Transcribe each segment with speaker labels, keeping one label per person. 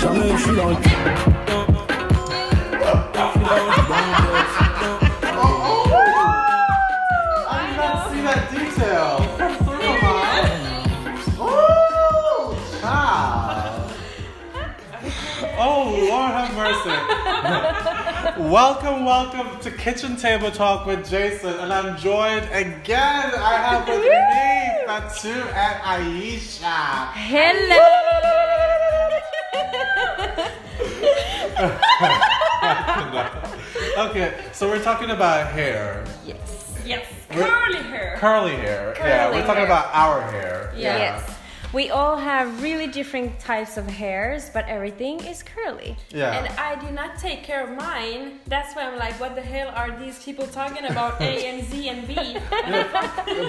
Speaker 1: Jamais je suis dans le cul.
Speaker 2: I did not see that detail. Oh, child. Oh, Lord have mercy. welcome, welcome to Kitchen Table Talk with Jason. And I'm joined again. I have with me Fatu and Aisha.
Speaker 3: Hello.
Speaker 2: Okay, so we're talking about hair.
Speaker 4: Yes,
Speaker 2: We're-
Speaker 4: curly hair.
Speaker 2: Curly hair. yeah,
Speaker 3: Curly
Speaker 2: we're talking
Speaker 3: hair.
Speaker 2: about our hair.
Speaker 4: Yeah.
Speaker 3: Yes. We all have really different types of hairs, but everything is curly.
Speaker 2: Yeah.
Speaker 4: And I do not take care of mine. That's why I'm like, what the hell are these people talking about? A and Z and B.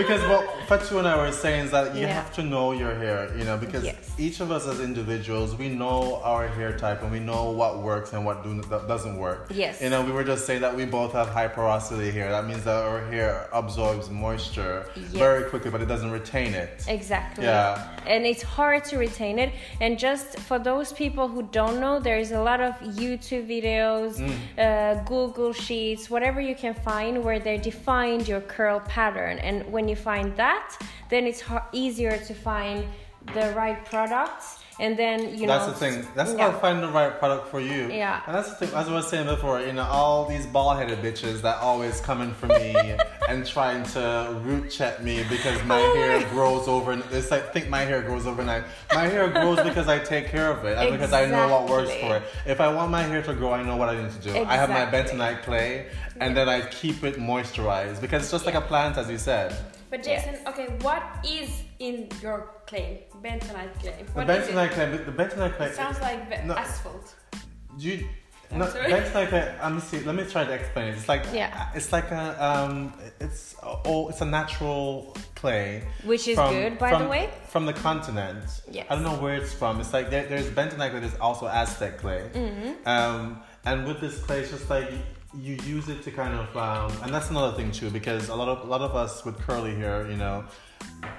Speaker 2: because what Fatu and I were saying is that you
Speaker 3: Yeah.
Speaker 2: have to know your hair, you know, because
Speaker 3: Yes.
Speaker 2: each of us as individuals, we know our hair type and we know what works and what do, that doesn't work.
Speaker 3: Yes.
Speaker 2: You know, we were just saying that we both have high porosity hair. That means that our hair absorbs moisture
Speaker 3: Yes.
Speaker 2: very quickly, but it doesn't retain it.
Speaker 3: Exactly.
Speaker 2: Yeah.
Speaker 3: And it's hard to retain it. And just for those people who don't know, there is a lot of YouTube videos,
Speaker 2: Mm.
Speaker 3: uh, Google Sheets, whatever you can find where they defined your curl pattern. And when you find that, then it's har easier to find the right products. And then, you
Speaker 2: That's
Speaker 3: know.
Speaker 2: the thing. That's
Speaker 3: yeah.
Speaker 2: about finding the right product for you.
Speaker 3: Yeah.
Speaker 2: And that's the thing. As I was saying before, you know, all these bald-headed bitches that always coming for me and trying to root check me because my hair grows over. It's like think my hair grows overnight. My hair grows because I take care of it and because I know what works for it. If I want my hair to grow, I know what I need to do. I have my
Speaker 3: Exactly.
Speaker 2: bentonite clay and then I keep it moisturized because it's just like a plant, as you said.
Speaker 4: But Jason, okay, what is in your claim? Bentonite claim.
Speaker 2: The
Speaker 4: What is it?
Speaker 2: bentonite clay. The bentonite clay.
Speaker 4: It sounds like ve-
Speaker 2: No.
Speaker 4: asphalt.
Speaker 2: You no,
Speaker 4: sorry.
Speaker 2: that's like a. Let me see. Let me try to explain it. It's like uh,
Speaker 3: Yeah.
Speaker 2: It's like a um. It's a- oh, it's a natural clay.
Speaker 3: Which is good, by the
Speaker 2: from-
Speaker 3: way.
Speaker 2: From the continent.
Speaker 3: Yes.
Speaker 2: I don't know where it's from. It's like there, there's bentonite clay. There's also Aztec clay.
Speaker 3: Mm-hmm.
Speaker 2: Um, and with this clay, it's just like you use it to kind of um, and that's another thing too because a lot of a lot of us with curly hair, you know.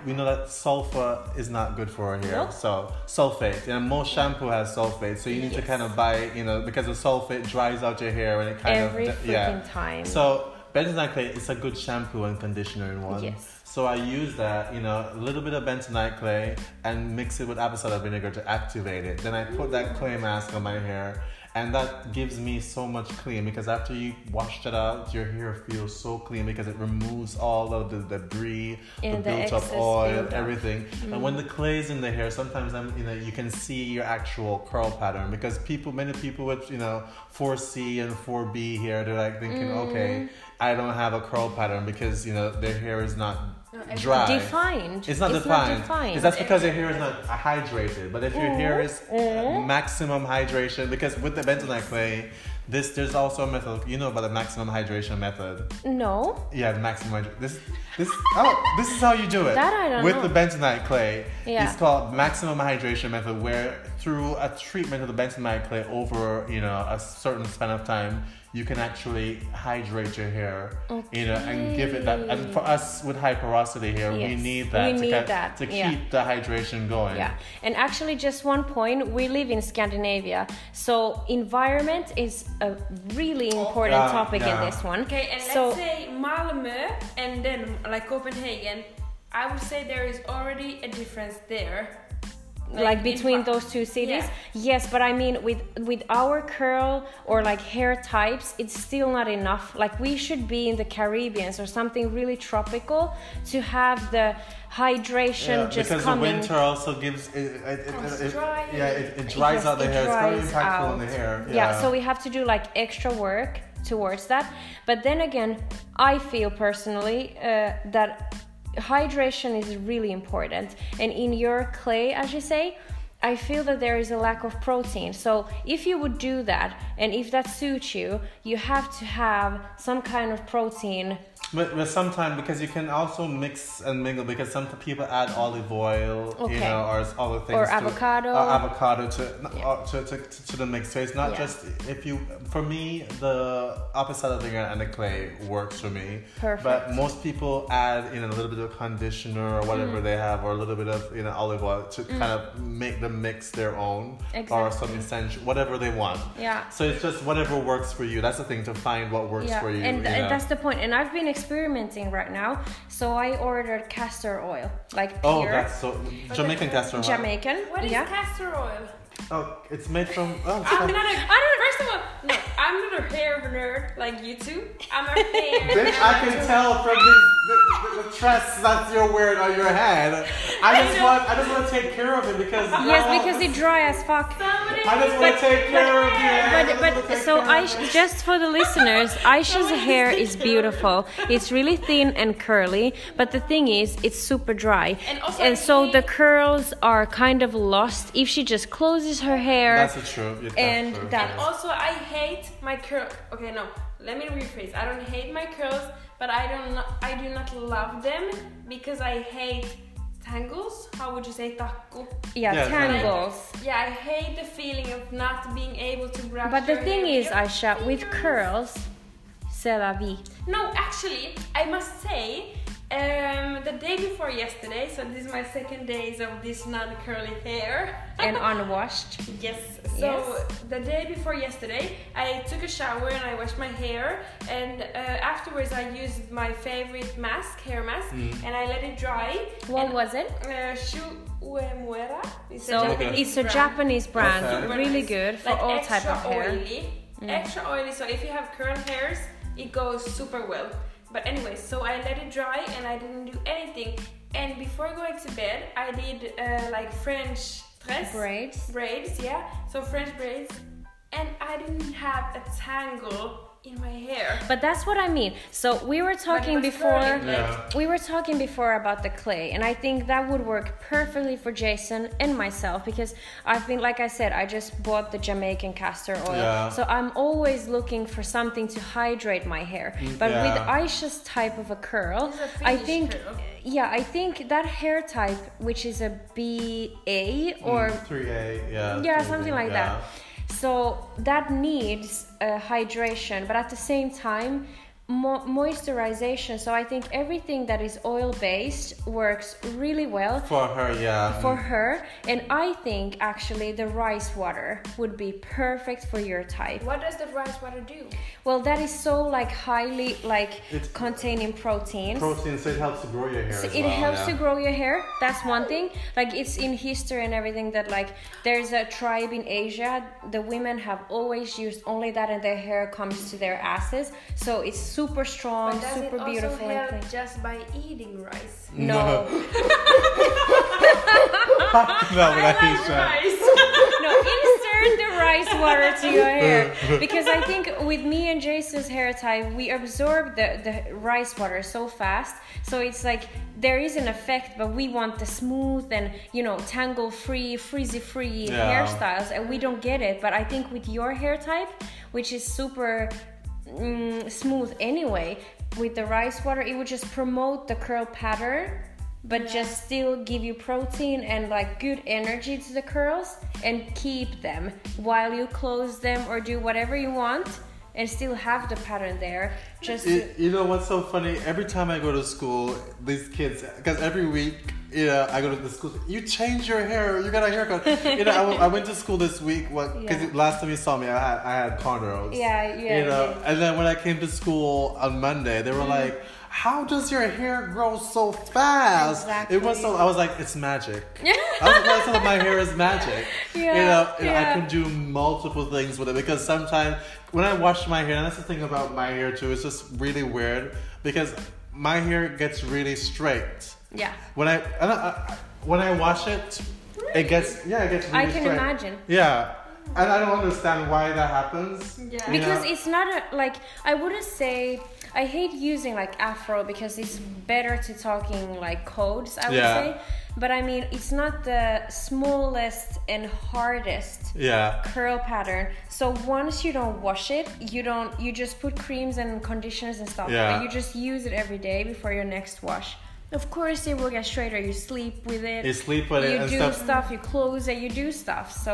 Speaker 2: We know that sulfur is not good for our hair,
Speaker 3: Nope.
Speaker 2: so sulfate. And most shampoo has sulfate, so you need to
Speaker 3: Yes.
Speaker 2: kind of buy, you know, because the sulfate dries out your hair and it kind
Speaker 3: Every
Speaker 2: of
Speaker 3: freaking
Speaker 2: yeah.
Speaker 3: time.
Speaker 2: So bentonite clay is a good shampoo and conditioner in one.
Speaker 3: Yes.
Speaker 2: So I use that, you know, a little bit of bentonite clay and mix it with apple cider vinegar to activate it. Then I put that clay mask on my hair. And that gives me so much clean because after you wash that out, your hair feels so clean because it removes all of the debris,
Speaker 3: And
Speaker 2: the
Speaker 3: the
Speaker 2: built up
Speaker 3: excess
Speaker 2: oil,
Speaker 3: buildup.
Speaker 2: everything. And when the clay's in the hair, sometimes I'm, you know, you can see your actual curl pattern because people, many people with, you know, 4C and 4B hair, they're like thinking, okay, I don't have a curl pattern because, you know, their hair is not
Speaker 4: No,
Speaker 2: dry.
Speaker 3: Defined.
Speaker 2: It's not defined. Mm-hmm. Is that's
Speaker 4: It's-
Speaker 2: because your hair is not hydrated. But if your hair is Mm-hmm. maximum hydration, because with the bentonite clay, this there's also a method. You know about the maximum hydration method.
Speaker 3: no.
Speaker 2: Yeah, the maximum hydration. This this oh this is how you do it.
Speaker 3: That I don't
Speaker 2: with
Speaker 3: know.
Speaker 2: the bentonite clay.
Speaker 3: Yeah.
Speaker 2: It's called maximum hydration method, where through a treatment of the bentonite clay over you know a certain span of time. You can actually hydrate your hair, you know, and give it that. And for us with high porosity hair, we
Speaker 3: Yes.
Speaker 2: need that
Speaker 3: We
Speaker 2: to,
Speaker 3: need
Speaker 2: get-
Speaker 3: that,
Speaker 2: to
Speaker 3: yeah.
Speaker 2: keep the hydration going.
Speaker 3: Yeah, and actually, just one point we live in Scandinavia, so environment is a really important
Speaker 2: Yeah,
Speaker 3: topic
Speaker 2: yeah.
Speaker 3: in this one.
Speaker 4: Okay, and
Speaker 3: so,
Speaker 4: let's say Malmö and then like Copenhagen. I would say there is already a difference there.
Speaker 3: like
Speaker 4: in
Speaker 3: between
Speaker 4: fact-
Speaker 3: those two cities,
Speaker 4: Yeah.
Speaker 3: yes, but I mean, with with our curl or like hair types, it's still not enough. Like, we should be in the Caribbean or something really tropical to have the hydration
Speaker 2: Yeah,
Speaker 3: just
Speaker 2: because
Speaker 3: coming.
Speaker 2: the winter also gives it, it, it,
Speaker 4: Comes
Speaker 2: it- it-
Speaker 4: dry.
Speaker 2: yeah it, it dries
Speaker 3: Yes,
Speaker 2: out the
Speaker 3: it
Speaker 2: hair. It's
Speaker 3: dries
Speaker 2: very impactful on
Speaker 3: out.
Speaker 2: the hair.
Speaker 3: Yeah. so we have to do like extra work towards that. But then again, I feel personally uh, that hydration is really important. And in your clay, as you say, I feel that there is a lack of protein. So if you would do that, and if that suits you, you have to have some kind of protein
Speaker 2: But, but sometimes because you can also mix and mingle because some people add olive oil, you
Speaker 3: Okay.
Speaker 2: know, or s- other things,
Speaker 3: Or
Speaker 2: to-
Speaker 3: avocado.
Speaker 2: or avocado to,
Speaker 3: Yeah.
Speaker 2: uh, to, to, to to the mix. So it's not
Speaker 3: Yeah.
Speaker 2: just if you. For me, the opposite of the and the clay works for me. But
Speaker 3: Perfect.
Speaker 2: most people add in a little bit of conditioner or whatever
Speaker 3: Mm.
Speaker 2: they have, or a little bit of you know olive oil to kind of make the mix their own, or some
Speaker 3: Exactly.
Speaker 2: essential whatever they want.
Speaker 3: yeah.
Speaker 2: So it's just whatever works for you. That's the thing to find what works for you.
Speaker 3: and,
Speaker 2: you
Speaker 3: and
Speaker 2: know.
Speaker 3: that's the point. And I've been experimenting right now, so I ordered castor oil, like
Speaker 2: oh,
Speaker 3: pure
Speaker 2: that's so Jamaican castor. oil.
Speaker 3: Jamaican.
Speaker 4: What is
Speaker 3: yeah.
Speaker 4: castor oil?
Speaker 2: Oh, it's made from. Oh,
Speaker 4: I'm
Speaker 2: so-
Speaker 4: not a. I don't. First of all, no, I'm not a hair nerd like you two. I'm a hair.
Speaker 2: Bitch, I
Speaker 4: nerd.
Speaker 2: can tell from the, the, the, the tress that's you're wearing on your head. I just want, I just want to take care of it because
Speaker 3: Yes,
Speaker 2: y'all-
Speaker 3: because it's dry as fuck.
Speaker 4: Somebody
Speaker 2: I just want
Speaker 3: but-
Speaker 2: to take care of you. I
Speaker 3: But,
Speaker 2: just wanna
Speaker 3: but
Speaker 2: take
Speaker 3: so
Speaker 2: care of it.
Speaker 3: Aish, just for the listeners, Aisha's
Speaker 4: Someone
Speaker 3: hair
Speaker 4: needs to
Speaker 3: is
Speaker 4: take care of it.
Speaker 3: beautiful. It's really thin and curly, but the thing is, it's super dry,
Speaker 4: And also I
Speaker 3: so the
Speaker 4: hate-
Speaker 3: curls are kind of lost if she just closes her hair.
Speaker 2: That's the truth. Yeah, that's
Speaker 3: And
Speaker 2: true.
Speaker 3: that-
Speaker 4: And also, I hate my curl. Okay, no, let me rephrase. I don't hate my curls, but I don't. lo- I do not love them because I hate tangles. How would you say taco?
Speaker 3: yeah,
Speaker 2: Yeah,
Speaker 3: tangles.
Speaker 4: Yeah, I hate the feeling of not being able to brush.
Speaker 3: But the
Speaker 4: your
Speaker 3: thing
Speaker 4: hair
Speaker 3: is,
Speaker 4: with your
Speaker 3: Aisha, with
Speaker 4: fingers.
Speaker 3: curls, c'est la vie.
Speaker 4: No, actually, I must say, um, the day before yesterday, so this is my second days of this non-curly hair.
Speaker 3: and unwashed.
Speaker 4: Yes. So
Speaker 3: Yes.
Speaker 4: the day before yesterday, I took a shower and I washed my hair, and uh, afterwards I used my favorite mask, hair mask, and I let it dry.
Speaker 3: What
Speaker 4: and,
Speaker 3: was it?
Speaker 4: Uh, Shu Uemuera. It's
Speaker 3: So
Speaker 2: Japanese
Speaker 3: it's a
Speaker 4: brand.
Speaker 3: Japanese brand,
Speaker 2: Okay.
Speaker 4: Super
Speaker 3: really
Speaker 4: nice.
Speaker 3: good for
Speaker 4: Like
Speaker 3: all
Speaker 4: extra
Speaker 3: type of hair. Mm.
Speaker 4: Oily, Extra oily. So if you have curl hairs, it goes super well. But anyway, so I let it dry and I didn't do anything. And before going to bed, I did uh, like French dress
Speaker 3: Braids.
Speaker 4: braids, yeah. So French braids, and I didn't have a tangle in my hair.
Speaker 3: But that's what I mean. So we were talking
Speaker 4: was
Speaker 3: before.
Speaker 4: curly.
Speaker 2: Yeah.
Speaker 3: We were talking before about the clay, and I think that would work perfectly for Jason and myself because I've been, like I said, I just bought the Jamaican castor oil.
Speaker 2: Yeah.
Speaker 3: So I'm always looking for something to hydrate my hair. But with
Speaker 2: yeah.
Speaker 3: Aisha's type of a curl,
Speaker 4: It's a
Speaker 3: I
Speaker 4: Finnish
Speaker 3: think,
Speaker 4: curl.
Speaker 3: yeah, I think that hair type, which is a BA or
Speaker 2: three A, yeah.
Speaker 3: yeah,
Speaker 2: three
Speaker 3: something
Speaker 2: B,
Speaker 3: like
Speaker 2: yeah.
Speaker 3: that. So that needs uh, hydration, but at the same time, mo- moisturization. So I think everything that is oil based works really well
Speaker 2: For her, yeah.
Speaker 3: for her. And I think actually the rice water would be perfect for your type.
Speaker 4: What does the rice water do?
Speaker 3: Well, that is so like highly like
Speaker 2: It's-
Speaker 3: containing proteins.
Speaker 2: protein, so it helps to grow your hair.
Speaker 3: So
Speaker 2: as
Speaker 3: it
Speaker 2: well,
Speaker 3: helps
Speaker 2: yeah.
Speaker 3: to grow your hair. That's one thing. Like it's in history and everything that like there's a tribe in Asia. The women have always used only that, and their hair comes to their asses. So it's super strong,
Speaker 4: But does
Speaker 3: super
Speaker 4: it also
Speaker 3: beautiful. and
Speaker 4: help
Speaker 3: clean.
Speaker 4: just by eating rice?
Speaker 3: No,
Speaker 2: Not what I
Speaker 4: I
Speaker 2: think,
Speaker 4: like
Speaker 2: yeah.
Speaker 4: rice.
Speaker 3: no. Insert the rice water to your hair because I think with me and Jason's hair type, we absorb the the rice water so fast. So it's like there is an effect, but we want the smooth and you know tangle free, frizzy free
Speaker 2: Yeah.
Speaker 3: hairstyles, and we don't get it. But I think with your hair type, which is super mm, smooth anyway, with the rice water, it would just promote the curl pattern. But just still give you protein and like good energy to the curls and keep them while you close them or do whatever you want and still have the pattern there. Just to-
Speaker 2: It- you know what's so funny? Every time I go to school, these kids, because every week, you know, I go to the school. You change your hair. You got a haircut. you know, I, went- I went to school this week. What? Because
Speaker 3: Yeah.
Speaker 2: last time you saw me, I had I had cornrows.
Speaker 3: Yeah, yeah,
Speaker 2: You know,
Speaker 3: yeah. Mm.
Speaker 2: and then when I came to school on Monday, they were like. How does your hair grow so fast? It was so. I was like, it's magic. I was like, "So my hair is magic. you
Speaker 3: Yeah,
Speaker 2: know, and I
Speaker 3: yeah.
Speaker 2: can do multiple things with it because sometimes when I wash my hair, and that's the thing about my hair too, it's just really weird because my hair gets really straight.
Speaker 3: yeah.
Speaker 2: When I, and I, I when I wash it, it gets yeah, it gets. Really
Speaker 3: I can
Speaker 2: straight.
Speaker 3: imagine.
Speaker 2: Yeah, And I don't understand why that happens.
Speaker 4: Yeah.
Speaker 2: you
Speaker 3: because
Speaker 2: know?
Speaker 3: it's not a like i wouldn't say i hate using like afro because it's better to talking like codes i would
Speaker 2: Yeah.
Speaker 3: say but i mean it's not the smallest and hardest
Speaker 2: yeah.
Speaker 3: curl pattern so once you don't wash it you don't you just put creams and conditioners and stuff
Speaker 2: Yeah.
Speaker 3: but you just use it every day before your next wash of course it will get straighter you sleep with it
Speaker 2: You sleep with it
Speaker 3: you
Speaker 2: and
Speaker 3: do
Speaker 2: stuff.
Speaker 3: you close it you do stuff so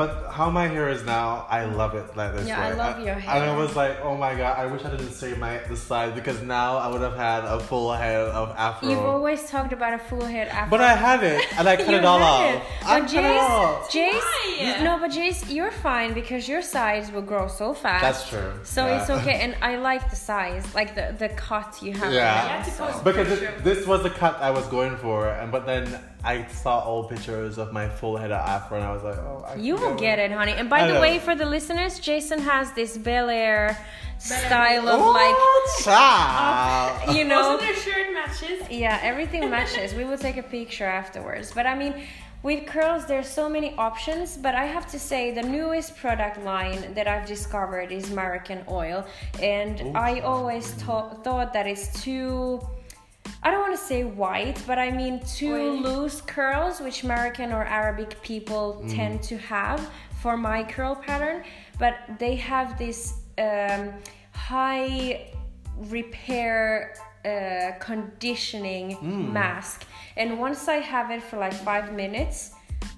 Speaker 2: But how my hair is now, I love it like this
Speaker 3: Yeah, I
Speaker 2: way.
Speaker 3: love your
Speaker 2: And I
Speaker 3: hair.
Speaker 2: was like, oh my god, I wish I didn't save my the side because now I would have had a full head of afro.
Speaker 3: you've always talked about a full head afro
Speaker 2: but I had it and I cut
Speaker 3: You
Speaker 2: it all
Speaker 3: had
Speaker 2: off.
Speaker 3: it.
Speaker 2: I
Speaker 3: But
Speaker 2: cut it off.
Speaker 3: Jace, Jace,
Speaker 4: Why?
Speaker 3: no, but Jace, you're fine because your size will grow so fast.
Speaker 2: That's true.
Speaker 3: So
Speaker 2: Yeah.
Speaker 3: it's okay, and I like the size, like the the cut you have.
Speaker 2: Yeah.
Speaker 4: You have to post
Speaker 2: Because
Speaker 4: picture.
Speaker 2: it, this was the cut I was going for, and but then I saw old pictures of my full head of afro, and I was like, oh, I
Speaker 3: You
Speaker 2: can
Speaker 3: will get it, honey. And by
Speaker 2: I
Speaker 3: the
Speaker 2: know.
Speaker 3: way, for the listeners, Jason has this Bel Air style of
Speaker 2: Oh, child.
Speaker 3: like, you know,
Speaker 4: Also, their shirt matches.
Speaker 3: yeah, everything matches. we will take a picture afterwards. But I mean, with curls, there's so many options. But I have to say, the newest product line that I've discovered is Moroccan oil, and I always tho- thought that it's too. I don't want to say white, but I mean too
Speaker 4: Oily.
Speaker 3: loose curls, which American or Arabic people
Speaker 2: Mm.
Speaker 3: tend to have for my curl pattern. But they have this um, high repair uh, conditioning
Speaker 2: Mm.
Speaker 3: mask and once i have it for like five minutes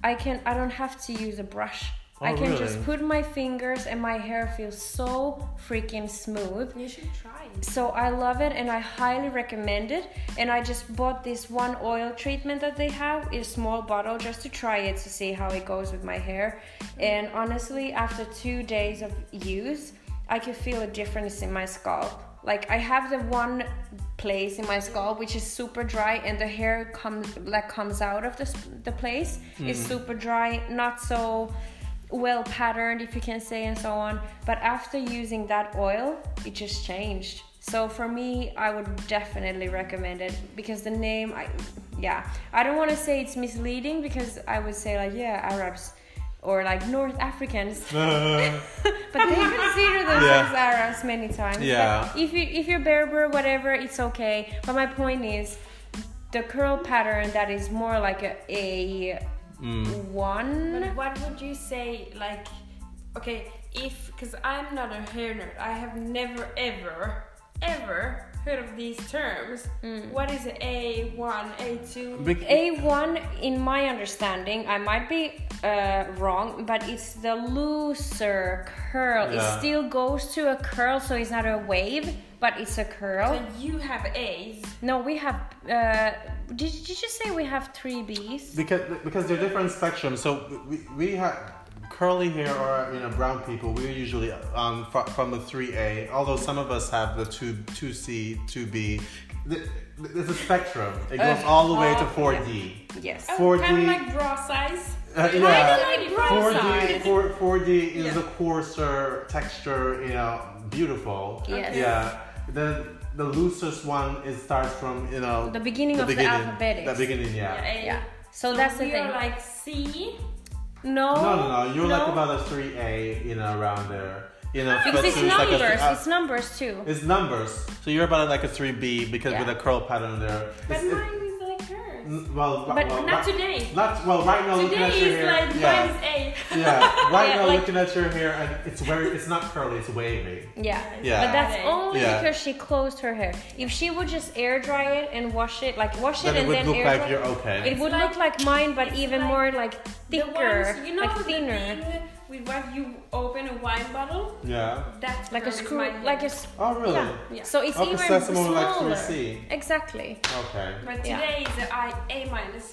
Speaker 3: i can i don't have to use a brush i
Speaker 2: Oh,
Speaker 3: can
Speaker 2: really?
Speaker 3: just put my fingers and my hair feels so freaking smooth
Speaker 4: You should try it.
Speaker 3: so i love it and i highly recommend it and i just bought this one oil treatment that they have in a small bottle just to try it to see how it goes with my hair and honestly after two days of use i can feel a difference in my scalp like i have the one place in my scalp which is super dry and the hair comes like comes out of the, sp- the place is super dry not so well patterned if you can say and so on but after using that oil it just changed so for me i would definitely recommend it because the name i yeah i don't want to say it's misleading because i would say like yeah arabs or like north africans but they consider themselves arabs many times But
Speaker 2: Yeah.
Speaker 3: if you if you're berber whatever it's okay but my point is the curl pattern that is more like a, a one
Speaker 4: But what would you say, like, okay, if, because I'm not a hair nerd, I have never, ever, ever heard of these terms.
Speaker 3: Mm.
Speaker 4: What is a A1, A2?
Speaker 2: Bec-
Speaker 3: A1, in my understanding, I might be uh, wrong, but it's the looser curl.
Speaker 2: Yeah.
Speaker 3: It still goes to a curl, so it's not a wave, but it's a curl.
Speaker 4: So you have A's.
Speaker 3: no, we have. Uh, did, did you say we have three Bs?
Speaker 2: because because they're different spectrums. So we, we have curly hair or you know brown people. We're usually um, fr- from the three A. Although some of us have the two two C two B. Th- There's a spectrum. It goes all the way to
Speaker 3: oh,
Speaker 2: four D.
Speaker 3: Yes.
Speaker 4: Oh,
Speaker 2: 4D.
Speaker 4: Kind of like bra size.
Speaker 2: Uh,
Speaker 4: Kinda
Speaker 2: yeah.
Speaker 4: like bra
Speaker 2: Four D.
Speaker 4: size.
Speaker 2: Four four D is
Speaker 4: Yeah.
Speaker 2: the coarser texture. You know, beautiful.
Speaker 3: Yes.
Speaker 2: Yeah. The the loosest one it starts from you know
Speaker 3: The beginning of the alphabetics.
Speaker 2: The beginning, yeah.
Speaker 4: A.
Speaker 3: Yeah. So, that's the
Speaker 4: we
Speaker 3: thing.
Speaker 4: are like C.
Speaker 3: no.
Speaker 2: No, no, no. You're like
Speaker 3: Oh, no,
Speaker 2: about a three A, you know, around there. You know,
Speaker 3: Because
Speaker 2: but
Speaker 3: it's
Speaker 2: so like a
Speaker 3: numbers.
Speaker 2: three- uh,
Speaker 3: it's numbers too.
Speaker 2: it's numbers. So you're about like a three B because
Speaker 3: Yeah.
Speaker 2: with a curl pattern there.
Speaker 4: But
Speaker 2: It's- it-
Speaker 4: mine is like hers.
Speaker 2: n- well,
Speaker 3: But
Speaker 2: well,
Speaker 4: Not
Speaker 2: right,
Speaker 4: today.
Speaker 2: Not well. Right now, looking
Speaker 4: Today
Speaker 2: at your
Speaker 4: is
Speaker 2: hair.
Speaker 4: like
Speaker 2: yeah.
Speaker 4: mine's A.
Speaker 2: yeah. Right
Speaker 3: Yeah,
Speaker 2: now,
Speaker 3: like-
Speaker 2: looking at your hair, and it's very. It's not curly. It's wavy.
Speaker 3: Yeah.
Speaker 2: Yeah.
Speaker 3: But that's
Speaker 4: Right.
Speaker 3: only
Speaker 2: Yeah.
Speaker 3: because she closed her hair. If she would just air dry it and wash it, like wash it
Speaker 2: Then it
Speaker 3: and
Speaker 2: would
Speaker 3: then
Speaker 2: look
Speaker 3: air
Speaker 2: like
Speaker 3: dry
Speaker 2: you're okay.
Speaker 3: It would
Speaker 4: It's
Speaker 3: look like mine, but even
Speaker 4: like
Speaker 3: more like
Speaker 4: The
Speaker 3: thicker,
Speaker 4: ones- you know
Speaker 3: like
Speaker 4: the
Speaker 3: thinner,
Speaker 4: thing with what you open a wine bottle?
Speaker 2: Yeah.
Speaker 4: That's
Speaker 3: like a
Speaker 4: curly
Speaker 3: screw,
Speaker 4: mine.
Speaker 3: like a. s-
Speaker 2: Oh really?
Speaker 3: Yeah.
Speaker 4: Yeah.
Speaker 3: So it's
Speaker 2: Okay,
Speaker 3: even
Speaker 2: so that's more
Speaker 3: smaller.
Speaker 2: like 3C.
Speaker 3: Exactly.
Speaker 2: Okay.
Speaker 4: But
Speaker 3: Yeah.
Speaker 4: today is the I A minus.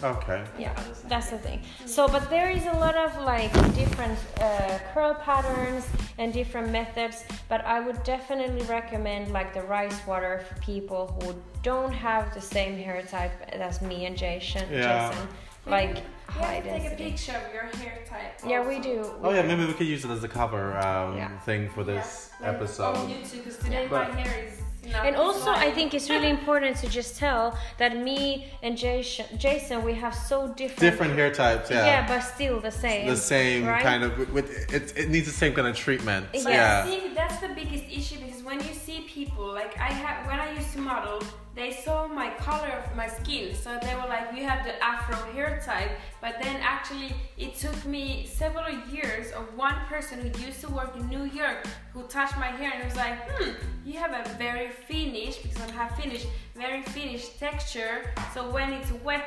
Speaker 2: Okay.
Speaker 3: Yeah, that's the thing. So, but there is a lot of like different uh, curl patterns and different methods. But I would definitely recommend like the rice water for people who don't have the same hair type as me and Jason.
Speaker 2: Yeah.
Speaker 3: Jason. Like
Speaker 4: We
Speaker 3: high
Speaker 4: have to take a
Speaker 3: density.
Speaker 4: picture of your hair type.
Speaker 3: Yeah, we
Speaker 4: also.
Speaker 3: do.
Speaker 2: Oh yeah. Maybe we could use it as a cover um,
Speaker 3: Yeah. Oh,
Speaker 2: thing for this
Speaker 4: Yeah. Like
Speaker 2: episode.
Speaker 4: On YouTube, because today
Speaker 2: But-
Speaker 4: my hair is. No,
Speaker 3: and
Speaker 4: it's
Speaker 3: also, I
Speaker 4: lying.
Speaker 3: think it's really important to just tell that me and Jason, Jason we have so different.
Speaker 2: Different hair types, yeah.
Speaker 3: Yeah, but still the same.
Speaker 2: the same
Speaker 3: right?
Speaker 2: kind of with- with it, it needs the same kind of treatment.
Speaker 3: Yeah.
Speaker 4: But
Speaker 2: Yeah.
Speaker 4: see, that's the biggest issue because when you see people, like I have, when I used to model, they saw my color of my skin, so they were like, "You have the Afro hair type." But then actually, it took me several years of one person who used to work in New York who touched my hair and was like, "Hmm, you have a very Finnish because I'm half Finnish, very Finnish texture. So when it's wet,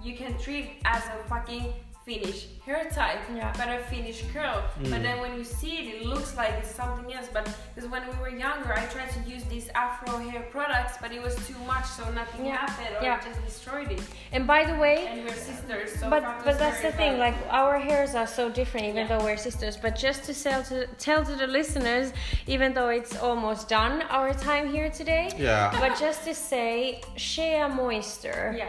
Speaker 4: you can treat it as a fucking." Finnish hair type,
Speaker 3: Yeah.
Speaker 4: but a Finnish curl. But then when you see it, it looks like it's something else. But because when we were younger, I tried to use these Afro hair products, but it was too much, so nothing
Speaker 3: Yeah.
Speaker 4: happened, or
Speaker 3: Yeah.
Speaker 4: I just destroyed it.
Speaker 3: And by the way,
Speaker 4: And we're sisters, so
Speaker 3: but
Speaker 4: fuck
Speaker 3: but
Speaker 4: us
Speaker 3: that's the
Speaker 4: very
Speaker 3: thing
Speaker 4: bad.
Speaker 3: like our hairs are so different even
Speaker 4: Yeah.
Speaker 3: though we're sisters but just to sell to tell to the listeners even though it's almost done our time here today
Speaker 2: Yeah.
Speaker 3: but just to say shea moisture
Speaker 4: yeah,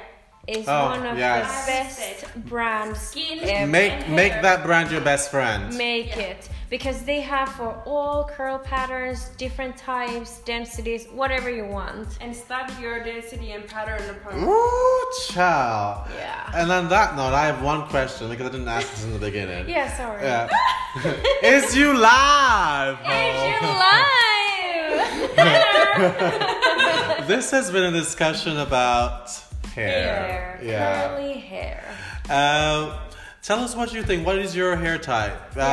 Speaker 3: is
Speaker 2: Oh,
Speaker 3: one of
Speaker 2: yes.
Speaker 3: the best brands
Speaker 4: skin
Speaker 3: Yeah.
Speaker 2: Make
Speaker 4: and
Speaker 2: make
Speaker 4: hair.
Speaker 2: that brand your best friend.
Speaker 3: make
Speaker 4: Yeah.
Speaker 3: it because they have for all curl patterns different types densities whatever you want
Speaker 4: and study your density and pattern upon.
Speaker 2: Ooh, child.
Speaker 3: Yeah.
Speaker 2: And on that note, I have one question because I didn't ask this in the beginning.
Speaker 3: yeah sorry
Speaker 2: Yeah. Is you live? ho?
Speaker 3: You're live!
Speaker 2: This has been a discussion about hair.
Speaker 3: hair
Speaker 2: Yeah.
Speaker 3: curly hair
Speaker 2: Um, tell us what you think. What is your hair type? Um,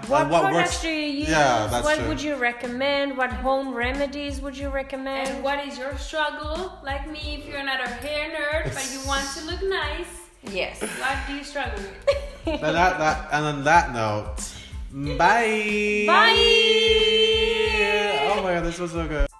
Speaker 2: and
Speaker 3: what, products
Speaker 2: works-
Speaker 3: do you use?
Speaker 2: Yeah, that's
Speaker 3: what
Speaker 2: true.
Speaker 3: would you recommend? What home remedies would you recommend?
Speaker 4: And what is your struggle? Like me, if you're not a hair nerd, but you want to look nice,
Speaker 3: yes.
Speaker 4: what do you struggle with?
Speaker 2: But that, that, and on that note, bye.
Speaker 3: Bye.
Speaker 2: Oh my god, this was so good.